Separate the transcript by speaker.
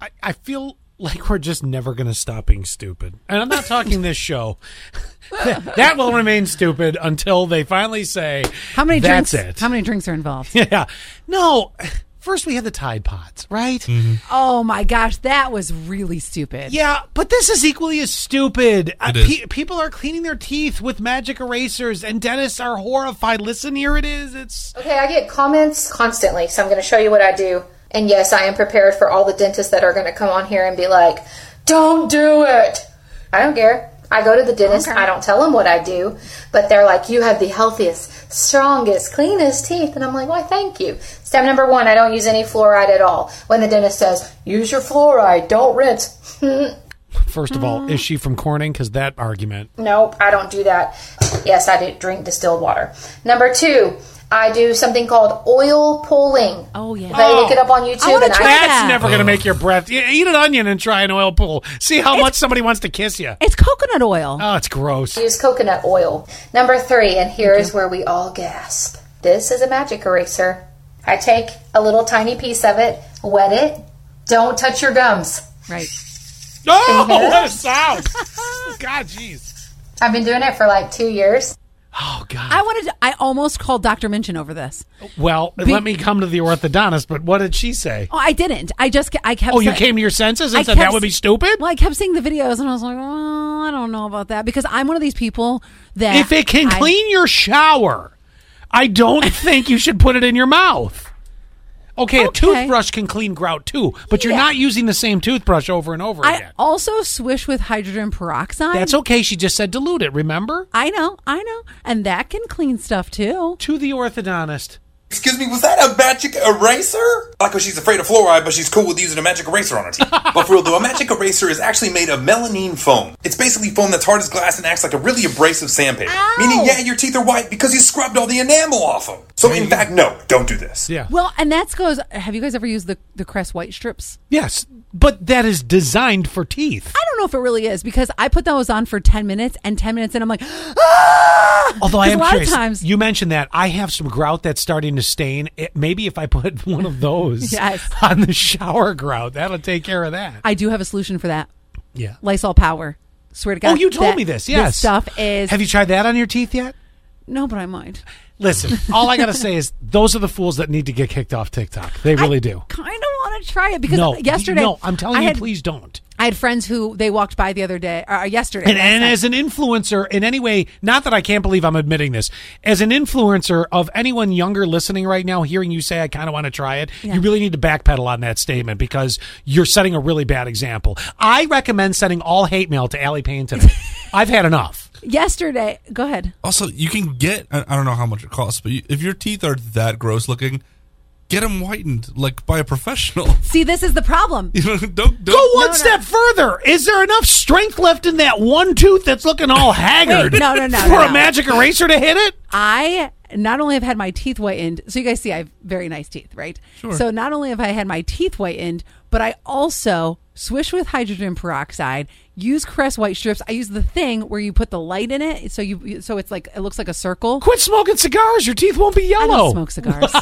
Speaker 1: I, I feel like we're just never going to stop being stupid. And I'm not talking this show. that, that will remain stupid until they finally say,
Speaker 2: How many
Speaker 1: That's
Speaker 2: drinks?
Speaker 1: it.
Speaker 2: How many drinks are involved?
Speaker 1: Yeah. No. First, we had the Tide Pods, right?
Speaker 2: oh my gosh, that was really stupid.
Speaker 1: Yeah, but this is equally as stupid. Uh,
Speaker 3: is.
Speaker 1: pe- people are cleaning their teeth with magic erasers, and dentists are horrified. Listen, here it is. It's
Speaker 4: Okay, I get comments constantly, so I'm going to show you what I do. And yes, I am prepared for all the dentists that are going to come on here and be like, don't do it. I don't care. I go to the dentist, I don't tell them what I do, but they're like, you have the healthiest, strongest, cleanest teeth. And I'm like, why, thank you. Step number one, I don't use any fluoride at all. When the dentist says, use your fluoride, don't rinse.
Speaker 1: first of all, is she from Corning? Because that argument.
Speaker 4: Nope, I don't do that. Yes, I do drink distilled water. Number two, I do something called oil pulling.
Speaker 2: Oh, yeah.
Speaker 4: They look it up on YouTube.
Speaker 2: wanna
Speaker 4: and
Speaker 2: try
Speaker 4: I
Speaker 1: That's
Speaker 2: Yeah.
Speaker 1: never going to make your breath. Yeah, Eat an onion and try an oil pool. See how much somebody wants to kiss you.
Speaker 2: It's coconut oil.
Speaker 1: Oh, it's gross.
Speaker 4: use coconut oil. Number three, and here is where we all gasp. This is a magic eraser. I take a little tiny piece of it, wet it. Don't touch your gums.
Speaker 2: Right.
Speaker 1: Oh, what a sound. God, jeez.
Speaker 4: I've been doing it for like two years.
Speaker 1: Oh, God.
Speaker 2: I wanted. To, I almost called Dr. Minchin over this.
Speaker 1: Well, let me come to the orthodontist, but what did she say?
Speaker 2: Oh, I didn't. I just. I kept.
Speaker 1: Oh, you
Speaker 2: sa-
Speaker 1: came to your senses and
Speaker 2: I
Speaker 1: said
Speaker 2: kept-
Speaker 1: that would be stupid?
Speaker 2: Well, I kept seeing the videos, and I was like, well, I don't know about that because I'm one of these people that
Speaker 1: If it can
Speaker 2: I-
Speaker 1: clean your shower, I don't think you should put it in your mouth. Okay, a
Speaker 2: Okay.
Speaker 1: toothbrush can clean grout too, but you're
Speaker 2: Yeah.
Speaker 1: not using the same toothbrush over and over
Speaker 2: I
Speaker 1: again.
Speaker 2: also swish with hydrogen peroxide.
Speaker 1: That's okay. She just said dilute it, remember?
Speaker 2: I know, I know, and that can clean stuff too.
Speaker 1: To the orthodontist.
Speaker 5: Excuse me, was that a magic eraser? Like, oh, she's afraid of fluoride, but she's cool with using a magic eraser on her teeth. but for real though, a magic eraser is actually made of melanine foam. It's basically foam that's hard as glass and acts like a really abrasive sandpaper. Meaning, yeah, your teeth are white because you scrubbed all the enamel off them. So, in fact, no, don't do this.
Speaker 1: Yeah.
Speaker 2: Well, and that goes. Have you guys ever used the the Crest White strips?
Speaker 1: Yes, but that is designed for teeth.
Speaker 2: I don't know if it really is because I put those on for ten minutes, and ten minutes, and I'm like, ah!
Speaker 1: Although I
Speaker 2: 'Cause
Speaker 1: am
Speaker 2: a lot
Speaker 1: curious,
Speaker 2: of times,
Speaker 1: you mentioned that I have some grout that's starting to stain. It, maybe if I put one of those
Speaker 2: Yes.
Speaker 1: on the shower grout, that'll take care of that.
Speaker 2: I do have a solution for that.
Speaker 1: yeah.
Speaker 2: Lysol Power. Swear to God.
Speaker 1: Oh, you told
Speaker 2: that-
Speaker 1: me this. Yes.
Speaker 2: stuff is
Speaker 1: Have you tried that on your teeth yet?
Speaker 2: no, but I might.
Speaker 1: Listen, all I gotta say is those are the fools that need to get kicked off TikTok. They really do.
Speaker 2: Kind of want to try it because
Speaker 1: No,
Speaker 2: yesterday,
Speaker 1: no, I'm telling
Speaker 2: I
Speaker 1: you,
Speaker 2: had,
Speaker 1: please don't.
Speaker 2: I had friends who they walked by the other day or yesterday,
Speaker 1: And,
Speaker 2: last
Speaker 1: and
Speaker 2: night.
Speaker 1: as an influencer, in any way, not that I can't believe I'm admitting this, as an influencer of anyone younger listening right now, hearing you say I kind of want to try it, you really need to backpedal on that statement because you're setting a really bad example. I recommend sending all hate mail to Allie Payne today. I've had enough.
Speaker 2: yesterday, go ahead.
Speaker 3: Also, you can get, I I don't know how much it costs, but you, if your teeth are that gross looking, get them whitened, like by a professional.
Speaker 2: See, this is the problem.
Speaker 3: You know, don't, don't.
Speaker 1: Go one step further. Is there enough strength left in that one tooth that's looking all haggard
Speaker 2: Wait, no, no, no,
Speaker 1: for
Speaker 2: no,
Speaker 1: a
Speaker 2: no.
Speaker 1: magic eraser to hit it?
Speaker 2: I not only have had my teeth whitened, so you guys see I have very nice teeth, right? Sure. So not only have I had my teeth whitened, but I also swish with hydrogen peroxide, use Crest white strips. I use the thing where you put the light in it, so you so it's like it looks like a circle.
Speaker 1: Quit smoking cigars. Your teeth won't be
Speaker 2: I
Speaker 1: yellow.
Speaker 2: don't smoke cigars.